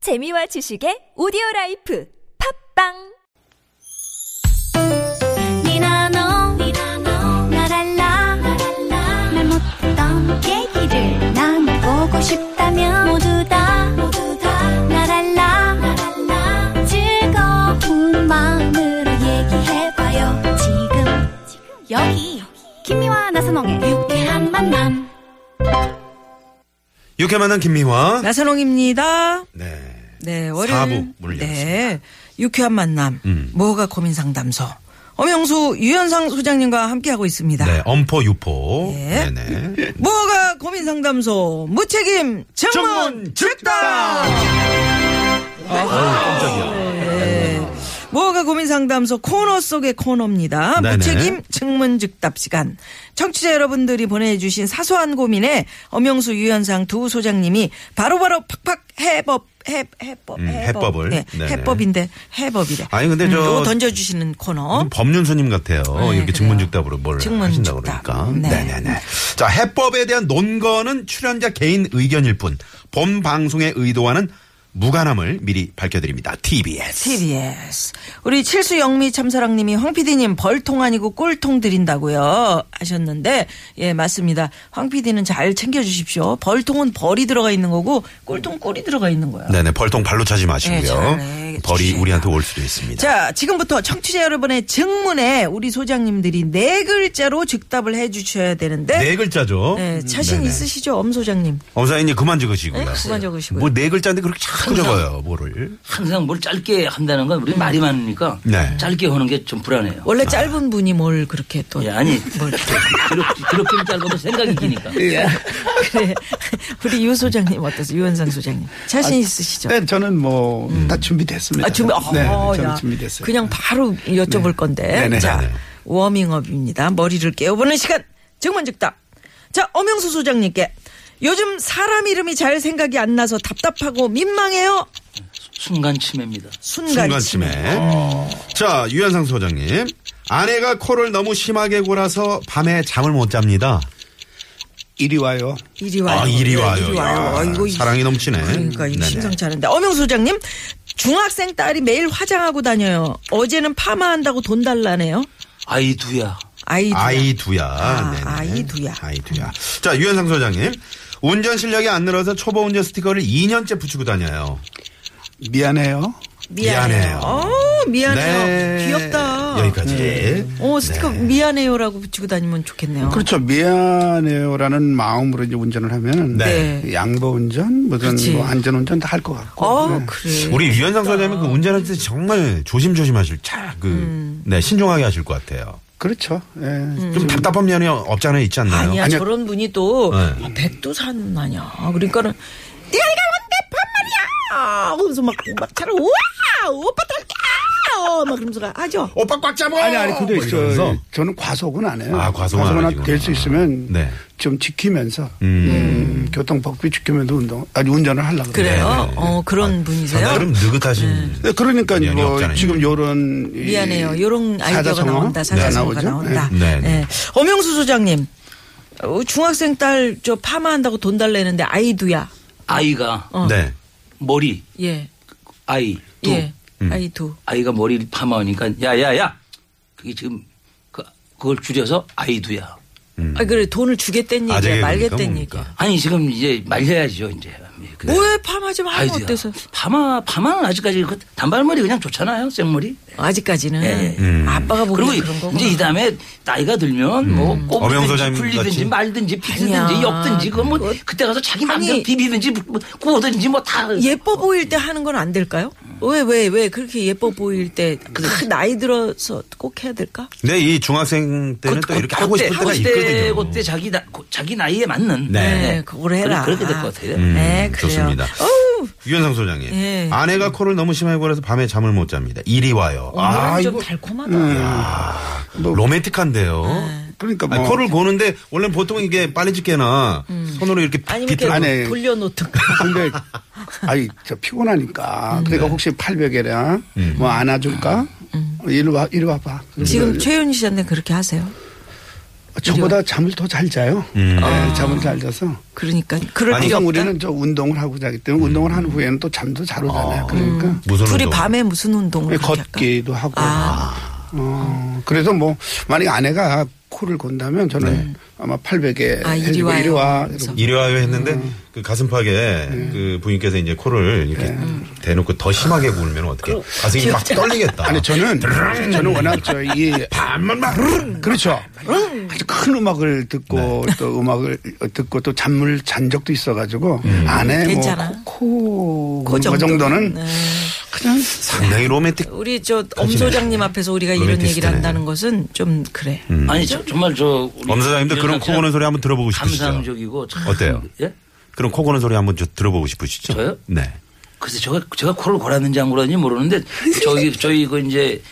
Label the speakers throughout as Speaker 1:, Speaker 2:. Speaker 1: 재미와 지식의 오디오 라이프 팝빵
Speaker 2: 니나 너 나랄라 말 못했던 얘기를 나눠보고 싶다면 모두 다 나랄라 즐거운 마음으로 얘기해봐요 지금 여기 김미와 나선홍의 유쾌한 만남
Speaker 3: 이렇게 만난 김미화.
Speaker 4: 나선홍입니다.
Speaker 3: 네.
Speaker 4: 네, 월요일.
Speaker 3: 사부 문을
Speaker 4: 네. 유쾌한 만남.
Speaker 3: 음.
Speaker 4: 뭐가 고민 상담소. 엄영수 유현상 소장님과 함께하고 있습니다.
Speaker 3: 네, 엄포 유포.
Speaker 4: 예.
Speaker 3: 네네.
Speaker 4: 뭐가 고민 상담소. 무책임 정문
Speaker 3: 즉다. 깜짝이야.
Speaker 4: 네. 뭐가 고민 상담소 코너 속의 코너입니다.
Speaker 3: 네네.
Speaker 4: 무책임 증문즉답 시간. 청취자 여러분들이 보내주신 사소한 고민에 엄영수 유현상 두 소장님이 바로바로 팍팍 해법 해, 해법,
Speaker 3: 음,
Speaker 4: 해법.
Speaker 3: 해법을.
Speaker 4: 네,
Speaker 3: 네네.
Speaker 4: 해법인데 해법이래. 음,
Speaker 3: 아니, 근데 저-
Speaker 4: 요거 던져주시는 코너.
Speaker 3: 무슨 법륜스님 같아요. 이렇게
Speaker 4: 어? 예, 그래요.
Speaker 3: 증문즉답으로 뭘 하신다고
Speaker 4: 증문즉답.
Speaker 3: 그러니까.
Speaker 4: 네.
Speaker 3: 네네 자, 해법에 대한 논거는 출연자 개인 의견일 뿐, 본 방송의 의도와는 무관함을 미리 밝혀드립니다. TBS.
Speaker 4: TBS. 우리 칠수 영미 참사랑님이 황 PD님 벌통 아니고 꼴통 드린다고요 하셨는데 예 맞습니다. 황 PD는 잘 챙겨주십시오. 벌통은 벌이 들어가 있는 거고 꼴통 꼴이 들어가 있는 거야.
Speaker 3: 네네. 벌통 발로 차지
Speaker 4: 네,
Speaker 3: 마시고요.
Speaker 4: 잘해.
Speaker 3: 벌이
Speaker 4: 주세요.
Speaker 3: 우리한테 올 수도 있습니다.
Speaker 4: 자 지금부터 청취자 여러분의 증문에 우리 소장님들이 네 글자로 즉답을 해주셔야 되는데
Speaker 3: 네 글자죠.
Speaker 4: 예, 자신
Speaker 3: 네네.
Speaker 4: 있으시죠 엄 소장님?
Speaker 3: 엄사님 그만 적으시고요.
Speaker 4: 네, 그만 적으시고요.
Speaker 3: 뭐 네 글자인데 그렇게 자꾸 적어요, 뭐를.
Speaker 5: 항상 뭘 짧게 한다는 건 우리 말이 많으니까
Speaker 3: 네.
Speaker 5: 짧게 하는 게 좀 불안해요.
Speaker 4: 원래
Speaker 3: 아.
Speaker 4: 짧은 분이 뭘 그렇게 또
Speaker 5: 예, 아니 그렇게, 그렇게 짧아도 생각이 기니까.
Speaker 4: 그래 우리 유 소장님 어떠세요? 유현상 소장님
Speaker 3: 아,
Speaker 4: 자신 있으시죠?
Speaker 6: 네, 저는 뭐
Speaker 3: 음.
Speaker 6: 다 준비됐습니다.
Speaker 4: 아, 준비, 어,
Speaker 6: 네,
Speaker 4: 어,
Speaker 6: 저는
Speaker 4: 야.
Speaker 6: 준비됐어요. 네.
Speaker 4: 그냥 바로 여쭤볼 건데.
Speaker 6: 네네.
Speaker 4: 자,
Speaker 3: 네네.
Speaker 4: 워밍업입니다. 머리를 깨워보는 시간. 정문 즉답. 자, 엄영수 소장님께. 요즘 사람 이름이 잘 생각이 안 나서 답답하고 민망해요.
Speaker 5: 순간 치매입니다.
Speaker 4: 순간.
Speaker 3: 순간침에.
Speaker 4: 어.
Speaker 3: 자, 유현상 소장님. 아내가 코를 너무 심하게 골아서 밤에 잠을 못 잡니다.
Speaker 6: 이리 와요.
Speaker 4: 이리 와요.
Speaker 3: 아, 이리 와요.
Speaker 4: 이리
Speaker 3: 야,
Speaker 4: 와요. 아이고, 이-
Speaker 3: 사랑이 넘치네.
Speaker 4: 그러니까 이거
Speaker 3: 네네.
Speaker 4: 심상치 않은데. 엄영수 소장님. 중학생 딸이 매일 화장하고 다녀요. 어제는 파마한다고 돈 달라네요.
Speaker 5: 아이 두야.
Speaker 4: 아이들.
Speaker 3: 아이 두야.
Speaker 4: 아,
Speaker 3: 네네.
Speaker 4: 아이 두야.
Speaker 3: 아이 두야. 자, 유현상 소장님. 운전 실력이 안 늘어서 초보 운전 스티커를 2년째 붙이고 다녀요.
Speaker 6: 미안해요.
Speaker 4: 미안해요.
Speaker 3: 미안해요.
Speaker 4: 어, 미안해요. 귀엽다.
Speaker 3: 네.
Speaker 4: 네.
Speaker 3: 여기까지.
Speaker 4: 오 어, 스티커 미안해요라고 붙이고 다니면 좋겠네요.
Speaker 6: 그렇죠. 미안해요라는 마음으로 이제 운전을 하면은
Speaker 3: 네.
Speaker 6: 양보 운전, 무슨
Speaker 4: 그렇지.
Speaker 6: 뭐 안전 운전 다 할 것 같고.
Speaker 4: 어
Speaker 6: 네.
Speaker 4: 그래.
Speaker 3: 우리 유현상 소장님 그 운전할 때 정말 조심조심하실 차, 그,
Speaker 4: 음.
Speaker 3: 네, 신중하게 하실 것 같아요.
Speaker 6: 그렇죠. 예.
Speaker 3: 좀 답답한 면이 없지 않아 있지 않나요?
Speaker 4: 아니야
Speaker 6: 아니야.
Speaker 4: 저런 분이 또
Speaker 3: 네.
Speaker 4: 아, 백두산 아니야. 그러니까는 네가 이거 뭔데 반말이야. 그러면서 막막 차를 우와 오빠 탈게. 막 그러면서 가 아죠.
Speaker 3: 오빠 꽉 잡아!
Speaker 6: 아니 아니 근데
Speaker 3: 뭐
Speaker 6: 저
Speaker 3: 이러면서.
Speaker 6: 저는 과속은 안 해요.
Speaker 3: 아, 과속은 안 하시구나.
Speaker 6: 될수 있으면
Speaker 3: 네.
Speaker 6: 좀 지키면서
Speaker 3: 음.
Speaker 6: 음, 교통 법규 지키면서 운동 아니 운전을 하려고
Speaker 4: 그래요.
Speaker 3: 네, 네, 네.
Speaker 4: 어 그런 분이세요.
Speaker 3: 그럼 느긋하신.
Speaker 6: 네, 그러니까
Speaker 3: 연이
Speaker 6: 뭐
Speaker 3: 없잖아요.
Speaker 6: 지금 요런 이
Speaker 4: 미안해요. 요런 아이디어가
Speaker 6: 사자성어?
Speaker 4: 나온다. 사자성어가
Speaker 6: 네, 나오죠.
Speaker 4: 나온다.
Speaker 3: 네. 네, 네.
Speaker 4: 예. 엄영수 소장님. 어, 중학생 딸 저 파마한다고 돈 달래는데 아이두야. 어.
Speaker 5: 아이가
Speaker 3: 네.
Speaker 5: 머리
Speaker 4: 예.
Speaker 5: 아이 두
Speaker 4: 예. 아이두.
Speaker 5: 아이가 머리를 파마하니까 야야야 그게 지금 그, 그걸 줄여서 아이 두야.
Speaker 4: 아 그래 돈을 주겠다는
Speaker 3: 음. 아재개
Speaker 4: 얘기야
Speaker 3: 그러니까
Speaker 4: 말겠다는
Speaker 3: 뭡니까? 네.
Speaker 4: 얘기야.
Speaker 5: 아니 지금 이제 말려야죠 이제. 그-
Speaker 4: 뭐에 파마지 하면
Speaker 5: 아이두야.
Speaker 4: 어때서?
Speaker 5: 파마 파마는 아직까지 그 단발머리 그냥 좋잖아요 생머리.
Speaker 4: 아직까지는
Speaker 5: 예, 예.
Speaker 3: 음.
Speaker 4: 아빠가
Speaker 5: 그리고
Speaker 4: 보기 그런 거고.
Speaker 5: 이제 이 다음에 나이가 들면 뭐
Speaker 3: 음. 어명 소장님 같이?
Speaker 5: 꼽든지 풀리든지 말든지
Speaker 4: 아니야.
Speaker 5: 비든지 엮든지 그건 뭐 그때 가서 자기 마음대로
Speaker 4: 아니.
Speaker 5: 비비든지 뭐 구워든지 뭐 다
Speaker 4: 예뻐 보일 때 하는 건 안 될까요? 왜 왜 왜 그렇게 예뻐 보일 때그 나이 들어서 꼭 해야 될까?
Speaker 3: 네, 이 중학생 때는 또 이렇게 하고 싶을 때가 있거든요.
Speaker 5: 그때 자기 나, 고- 자기 나이에 맞는
Speaker 3: 네.
Speaker 4: 그걸 해라.
Speaker 5: 그렇게 될 것 같아요.
Speaker 3: 음,
Speaker 4: 네, 그래요.
Speaker 3: 좋습니다.
Speaker 4: 어우,
Speaker 3: 유현상 소장님.
Speaker 4: 예.
Speaker 3: 아내가 코를 너무 심하게 골아서 밤에 잠을 못 잡니다. 이리 와요. 아,
Speaker 4: 오늘은 음, 좀
Speaker 3: 이거 음,
Speaker 4: 달콤하다.
Speaker 6: 뭐
Speaker 3: 로맨틱한데요.
Speaker 6: 그러니까
Speaker 3: 아니,
Speaker 6: 뭐
Speaker 3: 코를 고는데 원래 는 보통 이게 빨래집게나 손으로 이렇게
Speaker 4: 아니면
Speaker 3: 비틀
Speaker 4: 이렇게
Speaker 6: 아니.
Speaker 4: 돌려놓든가.
Speaker 6: 근데 아이 저 피곤하니까
Speaker 4: 네.
Speaker 6: 그러니까 혹시 팔벽에랑
Speaker 3: 음.
Speaker 6: 뭐
Speaker 4: 아, 음.
Speaker 6: 안아줄까? 이리 와 이리 와봐.
Speaker 3: 음.
Speaker 4: 지금 최윤희 씨한테 음. 그렇게 하세요?
Speaker 6: 저보다 잠을 더 잘 자요. 네, 잠을 잘 자서.
Speaker 4: 그러니까 그럴
Speaker 3: 음. 아. 아니, 음.
Speaker 4: 필요
Speaker 6: 항상
Speaker 4: 없다.
Speaker 6: 우리는 저 운동을 하고 자기 때문에 운동을 한 후에는 또 잠도 잘 오잖아요. 그러니까
Speaker 3: 무슨
Speaker 4: 둘이
Speaker 3: 운동?
Speaker 4: 밤에 무슨 운동을 그렇게 할까?
Speaker 6: 걷기도 하고.
Speaker 4: 아.
Speaker 6: 어, 그래서 뭐 만약 아내가 코를 건다면 저는 아마 800에
Speaker 4: 네. 아, 이리
Speaker 6: 해주고
Speaker 4: 와요.
Speaker 6: 이리 와.
Speaker 4: 그래서.
Speaker 6: 이러고.
Speaker 3: 일요일에 했는데 그 가슴팍에 그 부인께서 이제 코를 이렇게 대놓고 더 심하게 울면 어떻게 가슴이 막 떨리겠다.
Speaker 6: 아니 저는 저는 워낙 저이
Speaker 3: 밤만 막 흐르는
Speaker 6: 그렇죠. 아주 큰 음악을
Speaker 3: 네.
Speaker 6: 듣고 또 음악을 듣고 또 잠을 잔 적도 있어가지고
Speaker 3: 음.
Speaker 6: 안에 뭐
Speaker 4: 괜찮아.
Speaker 6: 뭐코
Speaker 4: 그 정도.
Speaker 6: 정도는
Speaker 4: 네.
Speaker 6: 그냥
Speaker 3: 상당히 로맨틱.
Speaker 4: 우리 저 엄소장님 앞에서 우리가 이런
Speaker 3: 로맨티스트네. 음.
Speaker 4: 얘기를 한다는 것은 좀 그래.
Speaker 5: 음. 아니 저- 정말 저 우리
Speaker 3: 엄사장님도 그런
Speaker 5: 이런
Speaker 3: 코 고는 소리 한번 들어보고 싶으시죠?
Speaker 5: 감상적이고 참-
Speaker 3: 어때요?
Speaker 5: 예?
Speaker 3: 그럼 코 고는 소리 한번 저- 들어보고 싶으시죠?
Speaker 5: 저요?
Speaker 3: 네.
Speaker 5: 그래서 제가 제가 코를 골았는지 안 골았는지 모르는데 저희 저희 그 이제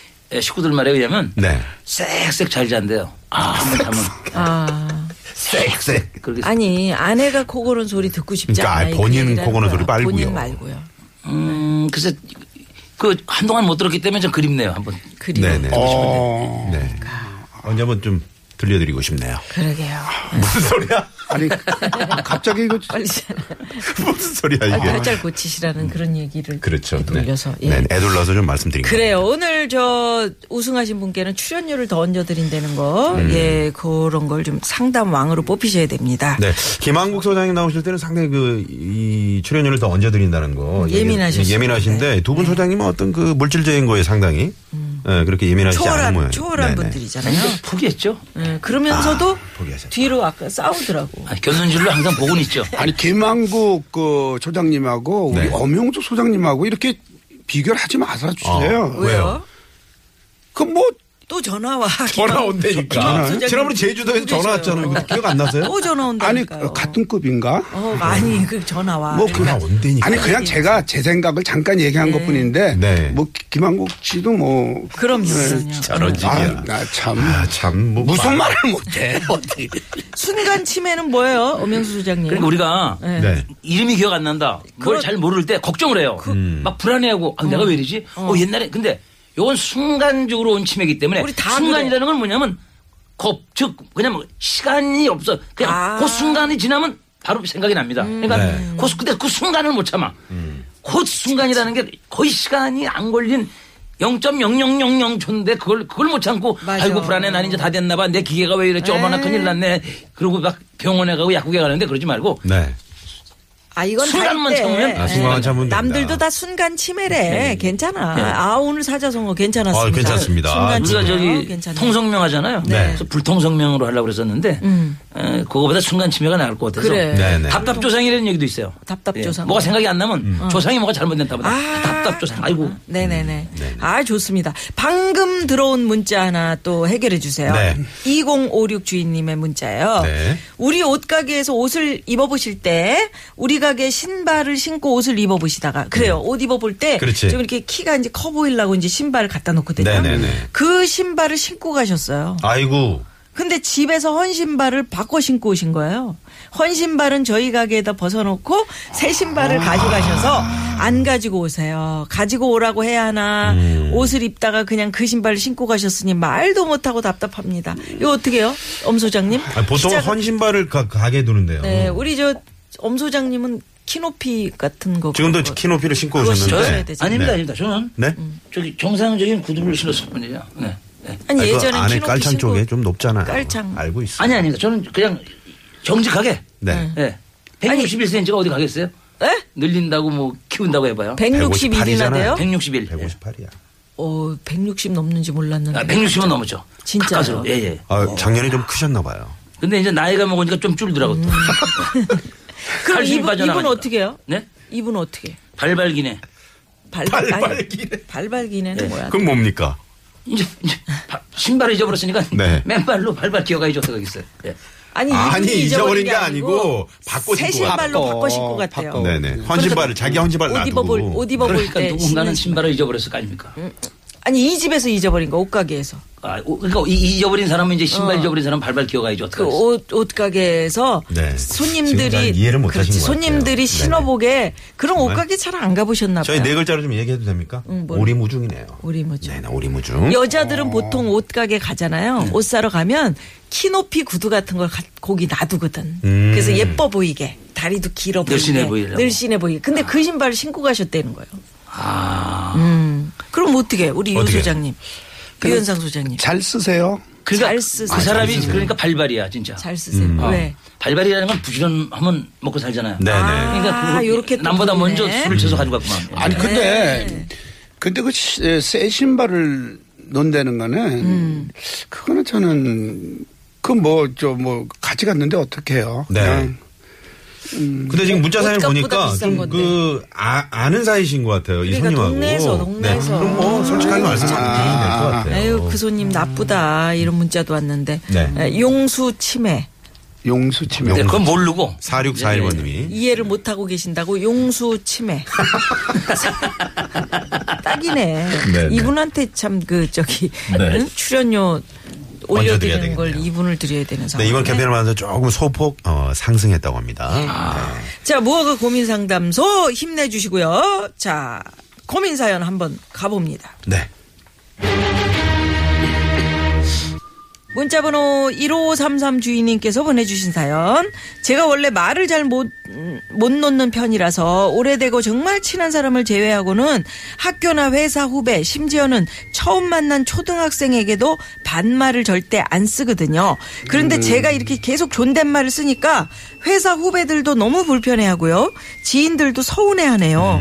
Speaker 5: 식구들 말에 의하면
Speaker 3: 네.
Speaker 5: 쌕쌕 잘 잔대요. 한번 자면
Speaker 4: 아
Speaker 3: 섹섹.
Speaker 5: 그렇게
Speaker 4: 아니 아내가 코 고는 소리 듣고 싶지
Speaker 3: 그러니까
Speaker 4: 않아.
Speaker 3: 본인
Speaker 4: 이런 얘기를
Speaker 3: 코 고는
Speaker 4: 하는
Speaker 3: 소리
Speaker 4: 거야.
Speaker 3: 말고요.
Speaker 4: 본인 말고요.
Speaker 5: 음 그래서 그 한동안 못 들었기 때문에 좀 그립네요. 한번
Speaker 4: 그리고
Speaker 3: 네네.
Speaker 6: 어
Speaker 3: 네. 언제 한번 좀 들려드리고 싶네요.
Speaker 4: 그러게요.
Speaker 3: 무슨 소리야?
Speaker 6: 아니 갑자기 그 이거
Speaker 4: 빨리 잖아.
Speaker 3: 그 무슨 소리야 이게?
Speaker 4: 팔잘 고치시라는 그런 얘기를
Speaker 3: 그렇죠.
Speaker 4: 아, 그렇죠. 이렇게 돌려서
Speaker 3: 네.
Speaker 4: 예.
Speaker 3: 네. 애둘러서 좀 말씀드린
Speaker 4: 그래요. 오늘 저 우승하신 분께는 출연료를 더 얹어드린다는 거,
Speaker 3: 음.
Speaker 4: 예, 그런 걸 좀 상담 왕으로 뽑히셔야 됩니다.
Speaker 3: 네. 김한국 소장님 나오실 때는 상당히 그, 이 출연료를 더 얹어드린다는 거.
Speaker 4: 예민하셨어요. 네.
Speaker 3: 예민하신데 두 분 소장님은 어떤 그 물질적인 거에 상당히 예, 그렇게 예민하시지 않은 네, 모양.
Speaker 4: 음. 초월한 초월한 분들이잖아요.
Speaker 5: 포기했죠.
Speaker 4: 예, 그러면서도
Speaker 3: 아, 포기하셨다.
Speaker 4: 뒤로 아까 싸우더라고.
Speaker 5: 아니, 견눈질로 항상 보곤 있죠.
Speaker 6: 아니 김한국 그 소장님하고 우리
Speaker 3: 네.
Speaker 6: 엄영주 소장님하고 이렇게 비교를 하지 마서 주세요.
Speaker 3: 어, 왜요?
Speaker 6: 그뭐
Speaker 4: 또 전화 와.
Speaker 3: 전화 온다니까.
Speaker 4: 소장님
Speaker 3: 지난번에 제주도에서 전화 왔잖아요.
Speaker 4: 계셔요. 뭐
Speaker 3: 그거 기억 안 나세요?
Speaker 4: 또 전화 온다.
Speaker 6: 아니 같은 급인가?
Speaker 4: 어 많이 그 전화 와.
Speaker 6: 뭐
Speaker 3: 전화
Speaker 6: 그냥-
Speaker 3: 온다니까.
Speaker 6: 아니 그냥 제가 제 생각을 잠깐 얘기한 것뿐인데
Speaker 3: 네.
Speaker 6: 뭐 김한국 씨도 뭐 아,
Speaker 4: 그럼요. 그럼요.
Speaker 3: 저런지기야.
Speaker 6: 아나참
Speaker 3: 아, 참. 뭐
Speaker 6: 무슨
Speaker 3: 말-
Speaker 6: 말을 못해 어디
Speaker 4: 순간 치매는 뭐예요, 엄영수 소장님?
Speaker 5: 그러니까 우리가
Speaker 4: 네.
Speaker 3: 네.
Speaker 5: 이름이 기억 안 난다. 뭘 잘 모를 때 걱정을 해요.
Speaker 4: 그
Speaker 3: 음.
Speaker 5: 막 불안해하고 아, 내가 왜 이러지? 어. 옛날에 근데 요건 순간적으로 온 치매이기 때문에
Speaker 4: 우리 다
Speaker 5: 순간이라는 건 뭐냐면 겁, 즉 그냥 뭐 시간이 없어. 그냥
Speaker 4: 아. 음.
Speaker 5: 그 순간이 지나면 바로 생각이 납니다. 그러니까
Speaker 3: 네. 음.
Speaker 5: 그, 수- 근데 그 순간을 못 참아. 곧 순간이라는 게 거의 시간이 안 걸린 0.0000초인데 그걸 그걸 못 참고
Speaker 4: 맞아.
Speaker 5: 아이고 불안해 난 이제 다 됐나 봐. 내 기계가 왜 이랬지? 어머나 큰일 났네. 그러고 막 병원에 가고 약국에 가는데 그러지 말고
Speaker 3: 네.
Speaker 4: 아 이건
Speaker 5: 순간만
Speaker 4: 할 때. 네.
Speaker 5: 참으면
Speaker 3: 아, 순간만 참으면 된다.
Speaker 4: 남들도 다 순간 치매래. 괜찮아. 아 오늘 사자성어 괜찮았습니다.
Speaker 3: 아, 괜찮습니다.
Speaker 4: 순간
Speaker 5: 우리가
Speaker 4: 치매.
Speaker 5: 저기
Speaker 4: 괜찮아요.
Speaker 5: 통성명 하잖아요.
Speaker 3: 네.
Speaker 5: 그래서 불통성명으로 하려고 그랬었는데 에, 그거보다 순간 치매가 나을 것 같아서
Speaker 4: 음. 그래.
Speaker 3: 네, 네.
Speaker 5: 답답조상이라는 얘기도 있어요.
Speaker 4: 답답조상. 음.
Speaker 5: 예. 뭐가 생각이 안 나면 조상이 뭐가 잘못됐다 보다.
Speaker 4: 아.
Speaker 5: 답답조상. 아이고.
Speaker 4: 음. 네네네.
Speaker 3: 음.
Speaker 4: 아 좋습니다. 방금 들어온 문자 하나 또 해결해 주세요.
Speaker 3: 네.
Speaker 4: 2056 주인님의 문자예요.
Speaker 3: 네.
Speaker 4: 우리 옷가게에서 옷을 입어보실 때 우리 가게 신발을 신고 옷을 입어보시다가 그래요. 옷 입어볼 때 좀
Speaker 3: 음. 그렇지.
Speaker 4: 이렇게 키가 이제 커 보이려고 이제 신발을 갖다 놓거든요.
Speaker 3: 네네네.
Speaker 4: 그 신발을 신고 가셨어요.
Speaker 3: 아이고.
Speaker 4: 근데 집에서 헌 신발을 바꿔 신고 오신 거예요. 헌 신발은 저희 가게에다 벗어놓고 새 신발을 가져가셔서 안 가지고 오세요. 가지고 오라고 해야 하나
Speaker 3: 음.
Speaker 4: 옷을 입다가 그냥 그 신발을 신고 가셨으니 말도 못하고 답답합니다. 이거 어떻게요, 엄 소장님?
Speaker 3: 아니, 보통은
Speaker 4: 시작-
Speaker 3: 헌신발을 가, 가게 두는데요.
Speaker 4: 네, 우리 저 엄 소장님은 키높이 같은 거
Speaker 3: 지금도
Speaker 4: 그거-
Speaker 3: 키높이를 신고
Speaker 4: 그거
Speaker 3: 오셨는데.
Speaker 4: 신어야 되지.
Speaker 5: 아닙니다,
Speaker 3: 네.
Speaker 5: 아닙니다. 저는
Speaker 3: 네?
Speaker 5: 저기 정상적인 구두를 신었을 뿐이에요. 네. 네.
Speaker 4: 아니
Speaker 3: 아니, 그
Speaker 4: 예전에
Speaker 3: 안에
Speaker 4: 키높이
Speaker 3: 깔창
Speaker 4: 신고
Speaker 3: 쪽에 좀 높잖아요.
Speaker 4: 깔창.
Speaker 3: 알고 있어.
Speaker 5: 아니 아닙니다. 저는 그냥 정직하게.
Speaker 3: 네.
Speaker 5: 예. 161cm가 어디 가겠어요?
Speaker 4: 에?
Speaker 5: 늘린다고 뭐 키운다고 해봐요. 네,
Speaker 4: 161이나
Speaker 3: 158이잖아요.
Speaker 4: 돼요?
Speaker 5: 161.
Speaker 3: 158이야.
Speaker 4: 어, 160 넘는지 몰랐는데.
Speaker 5: 아, 160은 넘었죠.
Speaker 4: 진짜요?
Speaker 5: 가까스로. 예, 예.
Speaker 3: 아, 작년에 좀 크셨나 봐요.
Speaker 5: 근데 이제 나이가 먹으니까 좀 줄더라고.
Speaker 4: 음.
Speaker 5: 또.
Speaker 4: 그럼 이분,
Speaker 5: 팔순이
Speaker 4: 이분
Speaker 5: 빠져나가니까.
Speaker 4: 어떻게 해요?
Speaker 5: 네?
Speaker 4: 이분 어떻게? 해?
Speaker 5: 발발기네.
Speaker 4: 발,
Speaker 3: 발발기네.
Speaker 4: 아니, 발발기네는 뭐야?
Speaker 3: 그럼 뭡니까?
Speaker 5: 이제, 이제 바- 신발을 잊어버렸으니까
Speaker 3: 네.
Speaker 5: 맨발로 발발 기어가야죠. 어떡하겠어요. 예.
Speaker 4: 아니,
Speaker 3: 아니,
Speaker 4: 이분이
Speaker 3: 잊어버린 게 아니고 바꿔
Speaker 4: 새
Speaker 3: 신고
Speaker 4: 신발로
Speaker 6: 왔다.
Speaker 4: 바꿔 신고
Speaker 6: 바꿔.
Speaker 4: 같대요.
Speaker 3: 네네. 어, 헌신발을 자기 헌신발
Speaker 4: 옷
Speaker 3: 놔두고.
Speaker 4: 입어볼 옷 입어볼
Speaker 5: 네, 그러니까
Speaker 4: 때
Speaker 5: 누군가는
Speaker 4: 뭐 신는 신발. 음.
Speaker 5: 신발을 잊어버렸을 거 아닙니까?
Speaker 4: 아니 이 집에서 잊어버린 거 옷가게에서
Speaker 5: 아, 오, 그러니까 이- 이 잊어버린 사람은 이제 신발 잊어버린 사람 발발 기어가야지 어떻게
Speaker 4: 그 옷 옷가게에서
Speaker 3: 네. 지금
Speaker 4: 손님들이
Speaker 3: 잘 이해를 못
Speaker 4: 그렇지,
Speaker 3: 하신 것 같아요.
Speaker 4: 손님들이
Speaker 3: 네네.
Speaker 4: 신어보게 그런
Speaker 3: 정말?
Speaker 4: 옷가게 잘 안 가보셨나 봐요.
Speaker 3: 저희 네 글자로 좀 얘기해도 됩니까?
Speaker 4: 응, 뭘.
Speaker 3: 오리무중이네요.
Speaker 4: 오리무중. 뭐
Speaker 3: 네, 네, 오리무중.
Speaker 4: 여자들은 보통 옷가게 가잖아요. 옷 사러 가면 키 높이 구두 같은 걸 가- 거기 놔두거든.
Speaker 3: 음.
Speaker 4: 그래서 예뻐 보이게 다리도 길어 보이게
Speaker 5: 늘씬해 보이려고.
Speaker 4: 늘씬해 보이게. 근데 그 신발을 신고 가셨다는 거예요.
Speaker 5: 아.
Speaker 4: 음. 그럼 어떻게 우리 유
Speaker 3: 어떻게?
Speaker 4: 소장님, 유현상 소장님
Speaker 6: 잘 쓰세요.
Speaker 5: 그러니까
Speaker 4: 잘 쓰세요.
Speaker 5: 그
Speaker 3: 아, 잘
Speaker 5: 사람이
Speaker 3: 쓰세요. 음.
Speaker 5: 그러니까 발발이야 진짜.
Speaker 4: 잘 쓰세요.
Speaker 5: 어.
Speaker 4: 왜?
Speaker 5: 발발이라는 건 부지런하면 먹고 살잖아요. 그러니까
Speaker 3: 네네. 음.
Speaker 4: 아, 요렇게 또
Speaker 5: 남보다
Speaker 4: 보이네.
Speaker 5: 먼저 술을 쳐서 가지고 네, 갔구만.
Speaker 6: 아니
Speaker 4: 네.
Speaker 6: 근데 근데 그새 신발을 논다는 거는
Speaker 4: 음.
Speaker 6: 그거는 저는 그 뭐 저 뭐 같이 갔는데 어떻게 해요?
Speaker 3: 네.
Speaker 6: 그냥
Speaker 3: 근데 지금 문자 사연
Speaker 4: 옷값보다
Speaker 3: 보니까
Speaker 4: 비싼
Speaker 3: 좀
Speaker 4: 건데.
Speaker 3: 그 아, 아는 사이신 것 같아요. 이
Speaker 4: 그러니까
Speaker 3: 손님하고.
Speaker 4: 동네에서, 동네에서.
Speaker 3: 네. 그럼 뭐 솔직하게 말씀하면 될것 같아요.
Speaker 4: 에휴 그 손님 나쁘다 이런 문자도 왔는데
Speaker 3: 네.
Speaker 4: 에, 용수 치매
Speaker 6: 용수 치면
Speaker 5: 네, 그건 모르고
Speaker 3: 4641번님이.
Speaker 4: 이해를 못 하고 계신다고 용수 치매 딱이네
Speaker 3: 네, 네.
Speaker 4: 이분한테 참 그 저기
Speaker 3: 네.
Speaker 4: 응? 출연료
Speaker 3: 먼저 드려야
Speaker 4: 올려드리는 걸
Speaker 3: 되겠네요.
Speaker 4: 이분을 드려야 되는
Speaker 3: 네,
Speaker 4: 상황.
Speaker 3: 이번 캠페인을 하면서 조금 소폭 어, 상승했다고 합니다.
Speaker 4: 자 무허가 고민 상담소 힘내주시고요. 자 고민 사연 한번 가봅니다.
Speaker 3: 네.
Speaker 4: 문자번호 1533 주인님께서 보내주신 사연. 제가 원래 말을 잘 못, 음, 못 놓는 편이라서 오래되고 정말 친한 사람을 제외하고는 학교나 회사 후배, 심지어는 처음 만난 초등학생에게도 반말을 절대 안 쓰거든요. 그런데 제가 이렇게 계속 존댓말을 쓰니까 회사 후배들도 너무 불편해 하고요. 지인들도 서운해 하네요.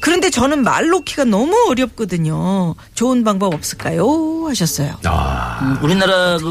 Speaker 4: 그런데 저는 말 놓기가 너무 어렵거든요. 좋은 방법 없을까요? 하셨어요.
Speaker 3: 아.
Speaker 5: 음, 우리나라 그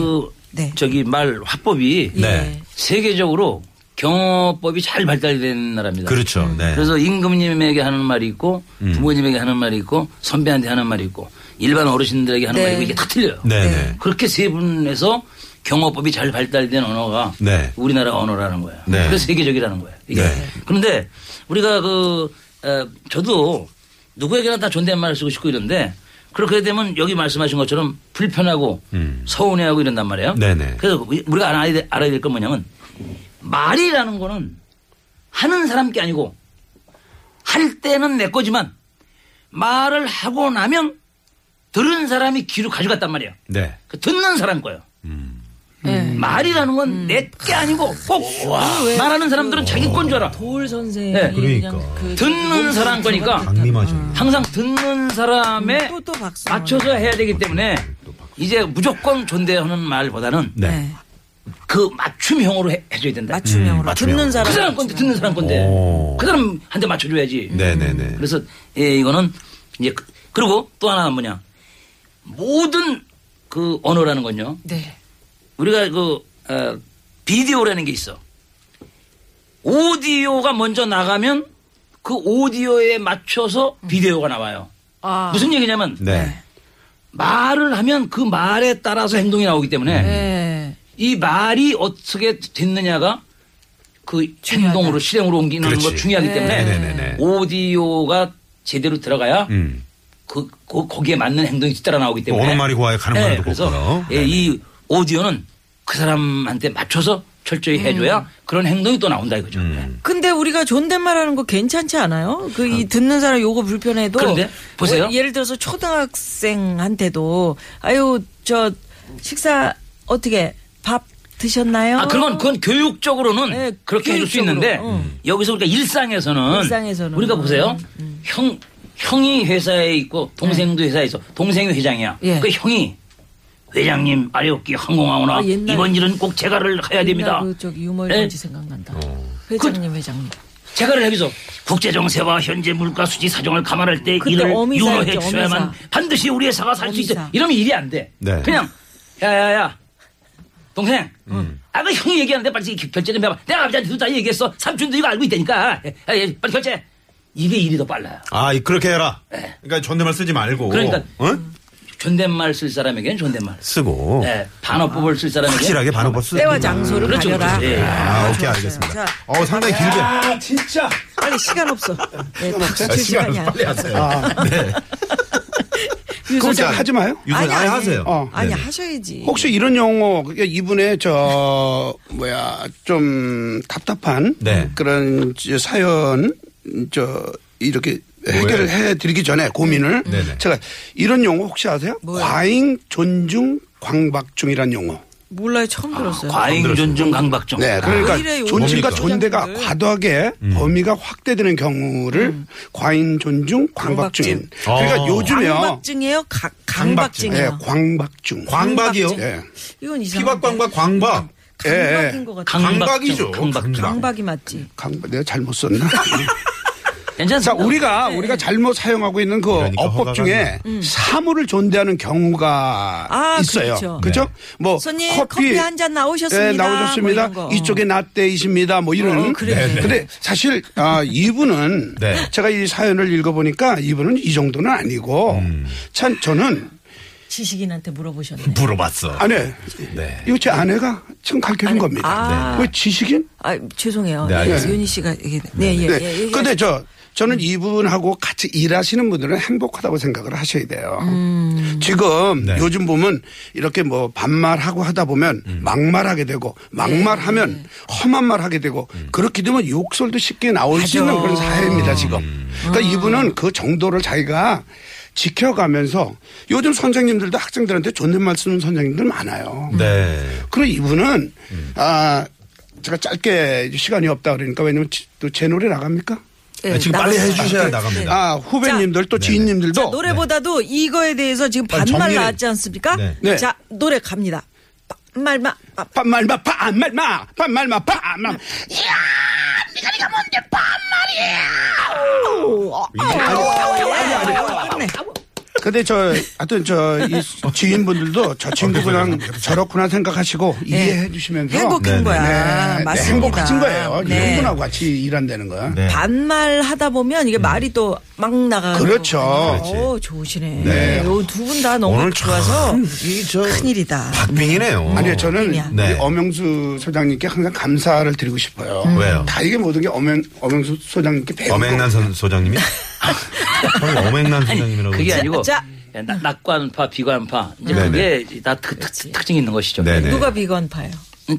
Speaker 4: 네. 예.
Speaker 5: 저기 말 화법이
Speaker 3: 네.
Speaker 5: 세계적으로 경어법이 잘 발달된 나라입니다.
Speaker 3: 그렇죠. 네. 음.
Speaker 5: 그래서 임금님에게 하는 말이 있고 부모님에게 하는 말이 있고 선배한테 하는 말이 있고 일반 어르신들에게 하는
Speaker 4: 네.
Speaker 5: 말이 있고 이게 다 틀려요.
Speaker 3: 네, 네.
Speaker 5: 그렇게 세 분에서 경어법이 잘 발달된 언어가
Speaker 3: 네.
Speaker 5: 우리나라 언어라는 거예요.
Speaker 3: 네.
Speaker 5: 그래서 세계적이라는 거예요. 이게.
Speaker 3: 네.
Speaker 5: 그런데 우리가 그 에, 저도 누구에게나 다 존댓말을 쓰고 싶고 이런데 그렇게 되면 여기 말씀하신 것처럼 불편하고
Speaker 3: 음.
Speaker 5: 서운해하고 이런단 말이에요.
Speaker 3: 네네.
Speaker 5: 어? 그래서 우리- 우리가 알아야, 돼- 알아야 될 건 뭐냐면 말이라는 거는 하는 사람 게 아니고 할 때는 내 거지만 말을 하고 나면 들은 사람이 귀로 가져갔단 말이에요.
Speaker 3: 네.
Speaker 5: 그 듣는 사람 거예요.
Speaker 3: 음.
Speaker 4: 네.
Speaker 5: 말이라는 건 내 게 아니고 꼭 말하는 사람들은 자기 건 줄 알아.
Speaker 4: 돌 선생이
Speaker 5: 네.
Speaker 3: 그러니까.
Speaker 4: 그냥 그
Speaker 5: 듣는 사람 거니까
Speaker 3: 강림하셨네.
Speaker 5: 항상 듣는 사람에
Speaker 4: 또, 또 박수.
Speaker 5: 네. 맞춰서 해야 되기 때문에 이제 무조건 존대하는 말보다는
Speaker 3: 네.
Speaker 4: 네.
Speaker 5: 그 맞춤형으로 해, 줘야 된다.
Speaker 4: 맞춤형으로
Speaker 3: 맞춤형.
Speaker 4: 듣는 사람
Speaker 5: 그 사람 건데 듣는 사람 건데
Speaker 3: 오.
Speaker 5: 그 사람한테 맞춰줘야지.
Speaker 3: 네, 네, 네.
Speaker 5: 그래서 예, 이거는 이제 그- 그리고 또 하나는 뭐냐 모든 그 언어라는 건요
Speaker 4: 네.
Speaker 5: 우리가 그 어, 비디오라는 게 있어. 오디오가 먼저 나가면 그 오디오에 맞춰서 비디오가 나와요.
Speaker 4: 아.
Speaker 5: 무슨 얘기냐면
Speaker 3: 네.
Speaker 5: 말을 하면 그 말에 따라서 행동이 나오기 때문에
Speaker 4: 네.
Speaker 5: 이 말이 어떻게 됐느냐가 그 행동으로 실행으로 옮기는
Speaker 3: 그렇지.
Speaker 5: 거 중요하기 때문에
Speaker 3: 네네네네.
Speaker 5: 오디오가 제대로 들어가야
Speaker 3: 음.
Speaker 5: 그, 그- 거기에 맞는 행동이 따라 나오기 때문에 네,
Speaker 3: 오는 말이 고와야 가는 말도
Speaker 5: 그래서
Speaker 3: 고와요.
Speaker 5: 예, 이 오디오는 그 사람한테 맞춰서 철저히 해줘야 그런 행동이 또 나온다 이거죠. 네.
Speaker 3: 음.
Speaker 4: 근데 우리가 존댓말 하는 거 괜찮지 않아요? 그 이 듣는 사람 요거 불편해도
Speaker 5: 그런데 보세요.
Speaker 4: 어, 예를 들어서 초등학생한테도 아유 저 식사 어떻게 밥 드셨나요?
Speaker 5: 아, 그건 그건 교육적으로는
Speaker 4: 네,
Speaker 5: 그렇게 해줄 수
Speaker 4: 교육적으로.
Speaker 5: 있는데
Speaker 4: 음.
Speaker 5: 여기서 우리가 일상에서는,
Speaker 4: 일상에서는. 음,
Speaker 5: 우리가 보세요. 형 형이 회사에 있고 동생도 회사에 있어. 동생이 회장이야.
Speaker 4: 네. 예.
Speaker 5: 그 형이 회장님 아래옵기 항공하오나
Speaker 4: 아, 옛날-
Speaker 5: 이번 일은 꼭 제가를 해야 됩니다. 그
Speaker 4: 그쪽 유머
Speaker 5: 예.
Speaker 4: 일본지 생각난다. 회장님 회장님.
Speaker 5: 제가를 해서 국제 정세와 현재 물가 수지 사정을 감안할 때
Speaker 4: 그때
Speaker 5: 이를
Speaker 4: 어미사였죠,
Speaker 5: 유로해 주어야만
Speaker 4: 어미사.
Speaker 5: 반드시 우리 회사가 살 수 있어.
Speaker 4: 어미사.
Speaker 5: 이러면 일이 안 돼.
Speaker 3: 네.
Speaker 5: 그냥 야야야 동생.
Speaker 3: 음.
Speaker 5: 아까 그 형이 얘기하는데 빨리 결- 결제 좀 해봐. 내가 아버지한테도 다 얘기했어. 삼촌도 이거 알고 있다니까. 야, 야, 빨리 결제. 이게 일이 더 빨라요.
Speaker 3: 아, 이- 그렇게 해라. 그러니까 존댓말 쓰지 말고.
Speaker 5: 그러니까.
Speaker 3: 응?
Speaker 5: 존댓말 쓸 사람에게는 존댓말.
Speaker 3: 쓰고.
Speaker 5: 예, 반어법을 쓸 사람에게는
Speaker 3: 어. 확실하게 반응법 쓰고.
Speaker 4: 때와 장소를
Speaker 5: 그렇죠,
Speaker 4: 가려라.
Speaker 5: 그렇죠. 예.
Speaker 3: 아, 오케이
Speaker 4: 좋았어요.
Speaker 3: 알겠습니다.
Speaker 4: 자.
Speaker 3: 어, 상당히 길게.
Speaker 6: 아 진짜
Speaker 4: 빨리 시간 없어. 네, 박수
Speaker 3: 아,
Speaker 4: 칠
Speaker 3: 시간
Speaker 4: 시간이야.
Speaker 3: 빨리 하세요. 네.
Speaker 4: 유 소장.
Speaker 6: 그럼 제가 하지 마요.
Speaker 3: 유선 아니,
Speaker 4: 아니, 아니.
Speaker 3: 하세요.
Speaker 6: 어.
Speaker 4: 아니
Speaker 3: 네네.
Speaker 4: 하셔야지.
Speaker 6: 혹시 이런 용어 그러니까 이분의 저 뭐야 좀 답답한
Speaker 3: 네.
Speaker 6: 그런 저 사연 저 이렇게 해결을 해드리기 전에 고민을
Speaker 3: 네네.
Speaker 6: 제가 이런 용어 혹시 아세요?
Speaker 4: 뭐예요?
Speaker 6: 과잉 존중 광박중이란 용어.
Speaker 4: 몰라요 처음 들었어요.
Speaker 5: 과잉 존중 강박증.
Speaker 6: 네, 그러니까
Speaker 4: 아, 이래요.
Speaker 3: 뭡니까?
Speaker 6: 존칭과 존대가
Speaker 4: 소장님들.
Speaker 6: 과도하게 범위가 확대되는 경우를 과잉 존중 광박중인.
Speaker 3: 광박중.
Speaker 6: 그러니까
Speaker 3: 어.
Speaker 6: 요즘에요.
Speaker 4: 강박증이에요. 네, 가-
Speaker 3: 강박증.
Speaker 6: 예,
Speaker 4: 강박증이에요.
Speaker 6: 광박중.
Speaker 3: 광박이요?
Speaker 6: 예.
Speaker 4: 이건 이상.
Speaker 3: 피박광박 광박.
Speaker 4: 강박인
Speaker 6: 예, 예.
Speaker 4: 것 같아.
Speaker 5: 강박증,
Speaker 3: 강박이죠.
Speaker 5: 강박증.
Speaker 4: 강박이 맞지.
Speaker 6: 광박 내가 잘못 썼나? 자,
Speaker 5: 아, 괜찮습니다.
Speaker 4: 네.
Speaker 6: 우리가 우리가 잘못 사용하고 있는 그
Speaker 3: 그러니까
Speaker 6: 어법
Speaker 3: 허가가
Speaker 6: 중에 사물을 존대하는 경우가
Speaker 4: 아,
Speaker 6: 있어요.
Speaker 4: 그렇죠.
Speaker 6: 뭐
Speaker 4: 손님, 커피 한잔 나오셨습니다.
Speaker 6: 예, 나오셨습니다.
Speaker 4: 뭐 이런 거.
Speaker 6: 이쪽에 라떼이십니다. 뭐 이런.
Speaker 4: 어, 그러네. 네, 네.
Speaker 6: 근데 사실 아, 이분은
Speaker 3: 네.
Speaker 6: 제가 이 사연을 읽어보니까 이분은 이 정도는 아니고
Speaker 3: 음.
Speaker 6: 참 저는
Speaker 4: 지식인한테 물어보셨네.
Speaker 3: 물어봤어.
Speaker 6: 아니
Speaker 3: 네.
Speaker 6: 이거 제 아내가 지금 가르쳐 준 겁니다.
Speaker 4: 아.
Speaker 6: 왜 지식인?
Speaker 4: 아 죄송해요.
Speaker 3: 네,
Speaker 4: 네,
Speaker 3: 알겠습니다.
Speaker 4: 윤희 씨가 이게 네, 예,
Speaker 6: 네.
Speaker 4: 예, 예.
Speaker 6: 근데 저 저는 이분하고 같이 일하시는 분들은 행복하다고 생각을 하셔야 돼요.
Speaker 4: 음.
Speaker 6: 지금
Speaker 3: 네.
Speaker 6: 요즘 보면 이렇게 뭐 반말하고 하다 보면
Speaker 3: 음.
Speaker 6: 막말하게 되고
Speaker 4: 네,
Speaker 6: 막말하면 험한 말하게 되고
Speaker 3: 음.
Speaker 6: 그렇게 되면 욕설도 쉽게 나올 수 있는 그런 사회입니다
Speaker 3: 음.
Speaker 6: 지금. 그러니까 이분은 그 정도를 자기가 지켜가면서 요즘 선생님들도 학생들한테 존댓말 쓰는 선생님들 많아요.
Speaker 3: 네.
Speaker 6: 그럼 이분은 아 제가 짧게 시간이 없다 그러니까 왜냐면 또 제 노래 나갑니까?
Speaker 4: 예,
Speaker 3: 아, 지금 빨리
Speaker 4: 나가세요.
Speaker 3: 해주셔야 나갑니다.
Speaker 6: 아 후배님들 또 지인님들도
Speaker 4: 자, 노래보다도 이거에 대해서 지금
Speaker 3: 빨리
Speaker 4: 반말
Speaker 3: 정리를-
Speaker 4: 나왔지 않습니까?
Speaker 3: 네.
Speaker 6: 네.
Speaker 4: 자, 노래 갑니다. 반말마. 아,
Speaker 6: 반말마 반말마 반말마 반말
Speaker 4: 예, 끝내.
Speaker 3: 네.
Speaker 6: 근데 저 하여튼 저이 지인분들도
Speaker 3: 어,
Speaker 6: 저 친구 그냥 저렇구나 생각하시고 이해해 주시면서
Speaker 4: 네. 행복한
Speaker 3: 네,
Speaker 4: 거야.
Speaker 6: 네,
Speaker 4: 맞습니다.
Speaker 6: 행복하신 거예요
Speaker 4: 네.
Speaker 6: 이런 분하고 같이 일한다는 거야
Speaker 3: 네.
Speaker 4: 반말 하다 보면
Speaker 3: 음.
Speaker 4: 이게 말이 또 막 나가고.
Speaker 6: 그렇죠.
Speaker 4: 어, 좋으시네. 네. 두분 다 너무
Speaker 3: 오늘
Speaker 4: 좋아서
Speaker 3: 이저
Speaker 4: 큰일이다.
Speaker 3: 박빙이네요.
Speaker 6: 아니요 저는
Speaker 4: 그냥.
Speaker 3: 네.
Speaker 6: 우리 엄영수 소장님께 항상 감사를 드리고 싶어요
Speaker 3: 음. 왜요?
Speaker 6: 다 이게 모든 게 엄영, 엄영수 소장님께 배우고
Speaker 3: 엄행난 선, 소장님이? 아. 형이 엄행난 소장님이라고.
Speaker 5: 그게 아니고
Speaker 4: 자.
Speaker 5: 예, 낙- 낙관파, 비관파 이제
Speaker 3: 네네.
Speaker 5: 그게 다 특, 특, 특징 있는 것이죠.
Speaker 3: 네네.
Speaker 4: 누가 비건파예요?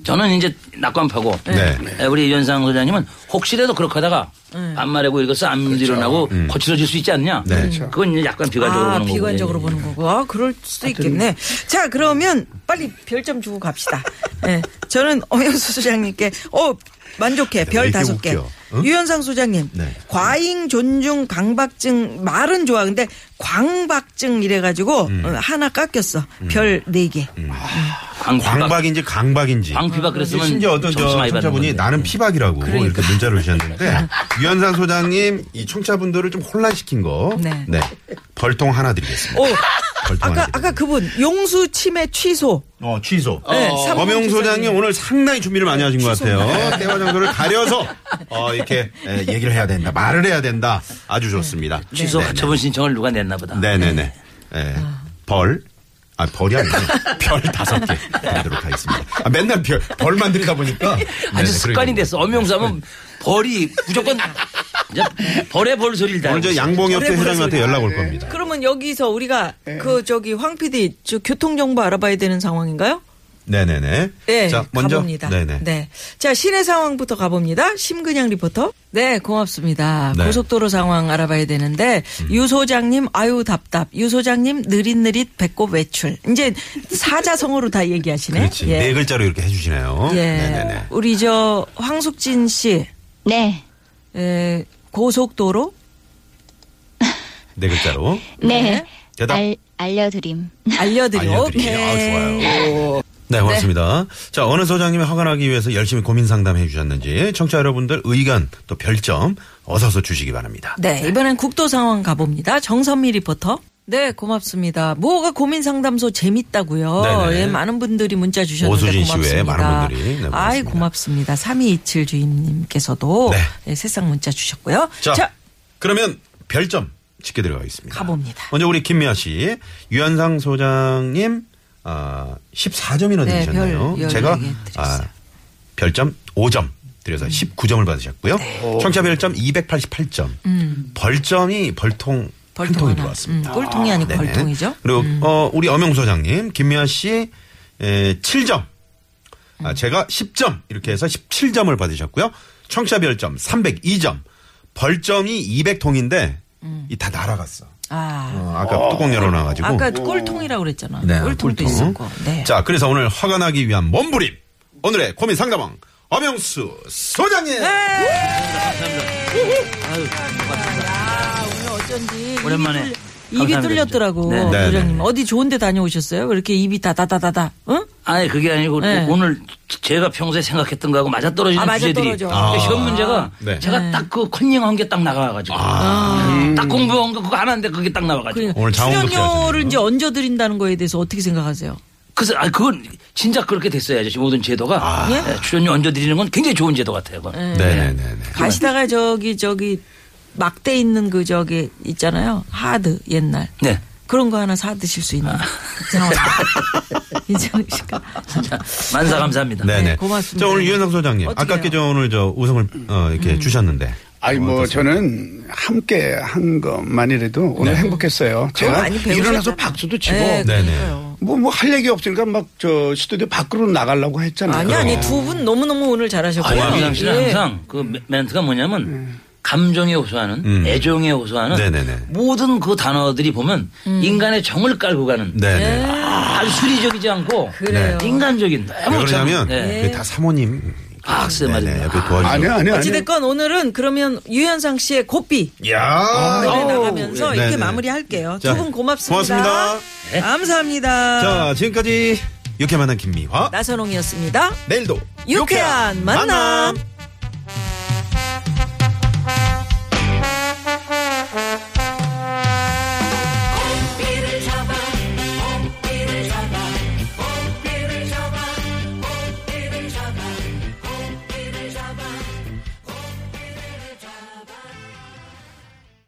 Speaker 5: 저는 이제 낙관파고
Speaker 3: 네.
Speaker 5: 예, 우리 연상 소장님은 혹시라도 그렇게 하다가
Speaker 4: 음.
Speaker 5: 안말하고 이것을 안 일어나고 거칠어질 수 있지 않냐?
Speaker 3: 그렇죠. 음.
Speaker 5: 음.
Speaker 3: 네.
Speaker 5: 그건 이제 약간 비관적으로
Speaker 4: 아,
Speaker 5: 보는 거고.
Speaker 4: 비관적으로 보는 거고. 아, 그럴 수도 있겠네. 자, 그러면 빨리 별점 주고 갑시다. 예. 저는 엄영수 소장님께, 어, 만족해. 별
Speaker 3: 이렇게
Speaker 4: 다섯 개.
Speaker 3: 웃겨? 응?
Speaker 4: 유현상 소장님,
Speaker 3: 네.
Speaker 4: 과잉 존중 강박증 말은 좋아. 근데 광박증 이래가지고
Speaker 3: 음.
Speaker 4: 어, 하나 깎였어. 별 네 개.
Speaker 5: 예. 광박,
Speaker 3: 광박인지 강박인지.
Speaker 5: 광피박 그랬으면
Speaker 3: 심지어 어떤
Speaker 5: 점수
Speaker 3: 저
Speaker 5: 많이 받는
Speaker 3: 청자분이
Speaker 5: 건데. 그러니까.
Speaker 3: 나는 피박이라고 이렇게 문자를 주셨는데 유현상 소장님 이 청자분들을 좀 혼란시킨 거.
Speaker 4: 네.
Speaker 3: 벌통 하나 드리겠습니다.
Speaker 5: 어,
Speaker 4: 오,
Speaker 3: 벌통 하나
Speaker 4: 아까
Speaker 3: 드리겠습니다.
Speaker 4: 아까 그분 용수 치매 취소.
Speaker 3: 어, 취소.
Speaker 4: 네, 삼봉
Speaker 3: 범영 소장이
Speaker 4: 소장님.
Speaker 3: 오늘 상당히 준비를 많이 하신 것 같아요. 때와 장소를 가려서 어, 이렇게 에, 얘기를 해야 된다. 말을 해야 된다. 아주 좋습니다. 네,
Speaker 5: 취소 가처분 신청을 누가 냈나 보다.
Speaker 3: 네네네. 예. 벌. 아, 벌이 아니고 별 다섯 개 드리도록 하겠습니다. 아, 맨날 별, 벌 만들다 보니까. 네네,
Speaker 5: 아주 습관이
Speaker 3: 그러니까.
Speaker 5: 됐어. 엄명수 하면 벌이 무조건 이제 벌에 벌 소리를 다.
Speaker 3: 오늘 저 양봉엽 대 회장님한테 연락 올 겁니다.
Speaker 4: 그러면 여기서 우리가 그 저기 황 PD 저 교통 정보 알아봐야 되는 상황인가요?
Speaker 3: 네네네.
Speaker 4: 네,
Speaker 3: 자, 먼저.
Speaker 4: 가봅니다.
Speaker 3: 네네.
Speaker 4: 네. 자, 시내 상황부터 가봅니다. 심근양 리포터. 네, 고맙습니다.
Speaker 3: 네. 음.
Speaker 4: 고속도로 상황 알아봐야 되는데 유 소장님 아유 답답. 유 소장님 느릿느릿 배꼽 외출. 이제 사자성어로 다 얘기하시네.
Speaker 3: 그렇지.
Speaker 4: 예.
Speaker 3: 네 글자로 이렇게 해주시네요.
Speaker 4: 예.
Speaker 3: 네네네.
Speaker 4: 우리 저 황숙진 씨.
Speaker 2: 네.
Speaker 4: 에, 고속도로
Speaker 3: 네 글자로.
Speaker 2: 네.
Speaker 3: 대답.
Speaker 2: 알, 알려드림.
Speaker 4: 알려드려.
Speaker 3: 알려드리기. 아,
Speaker 4: 좋아요.
Speaker 3: 네, 고맙습니다. 자, 어느 소장님이 허가 나기 위해서 열심히 고민 상담해 주셨는지 청취자 여러분들 의견 또 별점 어서서 주시기 바랍니다.
Speaker 4: 네, 이번엔 국도 상황 가봅니다. 정선미 리포터. 네, 고맙습니다. 무허가 고민 상담소 재밌다고요.
Speaker 3: 네네.
Speaker 4: 예, 많은 분들이 문자 주셨는데
Speaker 3: 오수진 씨 외에
Speaker 4: 고맙습니다.
Speaker 3: 많은 분들이. 네, 고맙습니다.
Speaker 4: 아이, 고맙습니다. 3227 주임님께서도
Speaker 3: 네.
Speaker 4: 예, 새싹 문자 주셨고요.
Speaker 3: 자,
Speaker 4: 자,
Speaker 3: 그러면 별점 찍게 들어가겠습니다.
Speaker 4: 가봅니다.
Speaker 3: 먼저 우리 김미아 씨, 유현상 소장님 아, 14점이나
Speaker 4: 네,
Speaker 3: 드리셨나요?
Speaker 4: 별, 별
Speaker 3: 제가 아,
Speaker 4: 얘기 드렸어요. 음.
Speaker 3: 별점 5점 드려서
Speaker 4: 네.
Speaker 3: 19점을 받으셨고요. 청차 별점 288점. 벌점이 벌통 한 통이 들어왔습니다.
Speaker 4: 음, 꼴통이 아니고
Speaker 3: 네네.
Speaker 4: 벌통이죠. 음.
Speaker 3: 그리고 어, 우리 엄영 소장님, 김미아 씨 에, 7점,
Speaker 4: 음.
Speaker 3: 아, 제가 10점 이렇게 해서 17점을 받으셨고요. 청취자 별점 302점, 벌점이 200통인데 이 다 날아갔어.
Speaker 4: 아.
Speaker 3: 어, 아까 뚜껑 열어놔가지고.
Speaker 4: 음. 아까 꼴통이라고 그랬잖아.
Speaker 3: 네,
Speaker 4: 꼴통도
Speaker 3: 꿀통.
Speaker 4: 있었고. 네.
Speaker 3: 자, 그래서 오늘 화가 나기 위한 몸부림. 오늘의 고민 상담왕 엄영수 소장님.
Speaker 4: 네. 아, 오늘 어쩐지
Speaker 5: 오랜만에
Speaker 4: 입이, 뚫- 입이
Speaker 5: 감사합니다,
Speaker 4: 뚫렸더라고.
Speaker 5: 진짜.
Speaker 3: 네.
Speaker 4: 부장님
Speaker 3: 네, 네.
Speaker 4: 어디 좋은데 다녀오셨어요? 왜 이렇게 입이 다다다다다? 응?
Speaker 5: 아니 그게 아니고
Speaker 4: 네.
Speaker 5: 오늘 제가 평소에 생각했던 거하고 맞아 떨어지는
Speaker 4: 아,
Speaker 5: 주제들이
Speaker 4: 맞아떨어져.
Speaker 5: 근데 시험 문제가
Speaker 3: 네. 아.
Speaker 5: 제가 딱 그 컨닝한 게 딱 나가가지고 음. 딱 공부한 거 그거 안 하는데 그게 딱 나와가지고
Speaker 4: 음. 그러니까
Speaker 3: 오늘 자원급제
Speaker 4: 출연료를 이제 얹어 드린다는 거에 대해서 어떻게 생각하세요?
Speaker 5: 그래서 아 그건 진짜 그렇게 됐어야죠 지금 모든 제도가
Speaker 3: 아.
Speaker 4: 예?
Speaker 5: 예, 출연료 얹어드리는 건 굉장히 좋은 제도 같아요. 그건.
Speaker 3: 네네네네.
Speaker 4: 가시다가 저기 저기 막대 있는 그 저기 있잖아요. 하드 옛날.
Speaker 5: 네.
Speaker 4: 그런 거 하나 사 드실 수 있는 상황. 이정 씨가
Speaker 5: 자, 만사 감사합니다.
Speaker 3: 네네.
Speaker 4: 네, 고맙습니다.
Speaker 3: 자, 오늘 유현상 소장님.
Speaker 4: 어떡해요? 음.
Speaker 3: 아깝게 저 오늘 저 우승을 어, 이렇게 주셨는데.
Speaker 6: 아니 뭐 저는 함께 한 것만이라도 오늘 행복했어요. 제가
Speaker 4: 네. 많이 배우셨잖아.
Speaker 6: 일어나서 박수도 치고
Speaker 4: 네,
Speaker 3: 네네.
Speaker 4: 그러니까요.
Speaker 6: 뭐 뭐 할 얘기 없으니까 막 저 스튜디오 밖으로 나가려고 했잖아요.
Speaker 4: 아니 아니 두 분 너무 너무 오늘
Speaker 5: 아,
Speaker 4: 잘하셨고요.
Speaker 5: 유현상 씨는
Speaker 4: 예. 음.
Speaker 5: 항상 그 멘- 멘트가 뭐냐면 감정에 호소하는
Speaker 3: 음.
Speaker 5: 애정에 호소하는
Speaker 3: 네네네.
Speaker 5: 모든 그 단어들이 보면
Speaker 4: 음.
Speaker 5: 인간의 정을 깔고 가는
Speaker 3: 네네.
Speaker 5: 아주 수리적이지 않고
Speaker 4: 그래요.
Speaker 5: 인간적인
Speaker 3: 왜
Speaker 5: 너무
Speaker 4: 아,
Speaker 3: 그러냐면 네,
Speaker 5: 참- 네.
Speaker 3: 그게 다 사모님.
Speaker 5: 아, 글쎄 말입니다.
Speaker 3: 옆에 도와주고.
Speaker 6: 아니 아니 아니.
Speaker 4: 어찌됐건 오늘은 그러면 유현상 씨의 고삐
Speaker 3: 야.
Speaker 4: 노래 나가면서
Speaker 3: 네,
Speaker 4: 이렇게
Speaker 3: 네.
Speaker 4: 마무리할게요.
Speaker 3: 자,
Speaker 4: 두 분 고맙습니다.
Speaker 3: 고맙습니다.
Speaker 4: 감사합니다.
Speaker 3: 자, 지금까지 이렇게 만난 김미화.
Speaker 4: 나선홍이었습니다.
Speaker 3: 내일도
Speaker 4: 유쾌한 만남.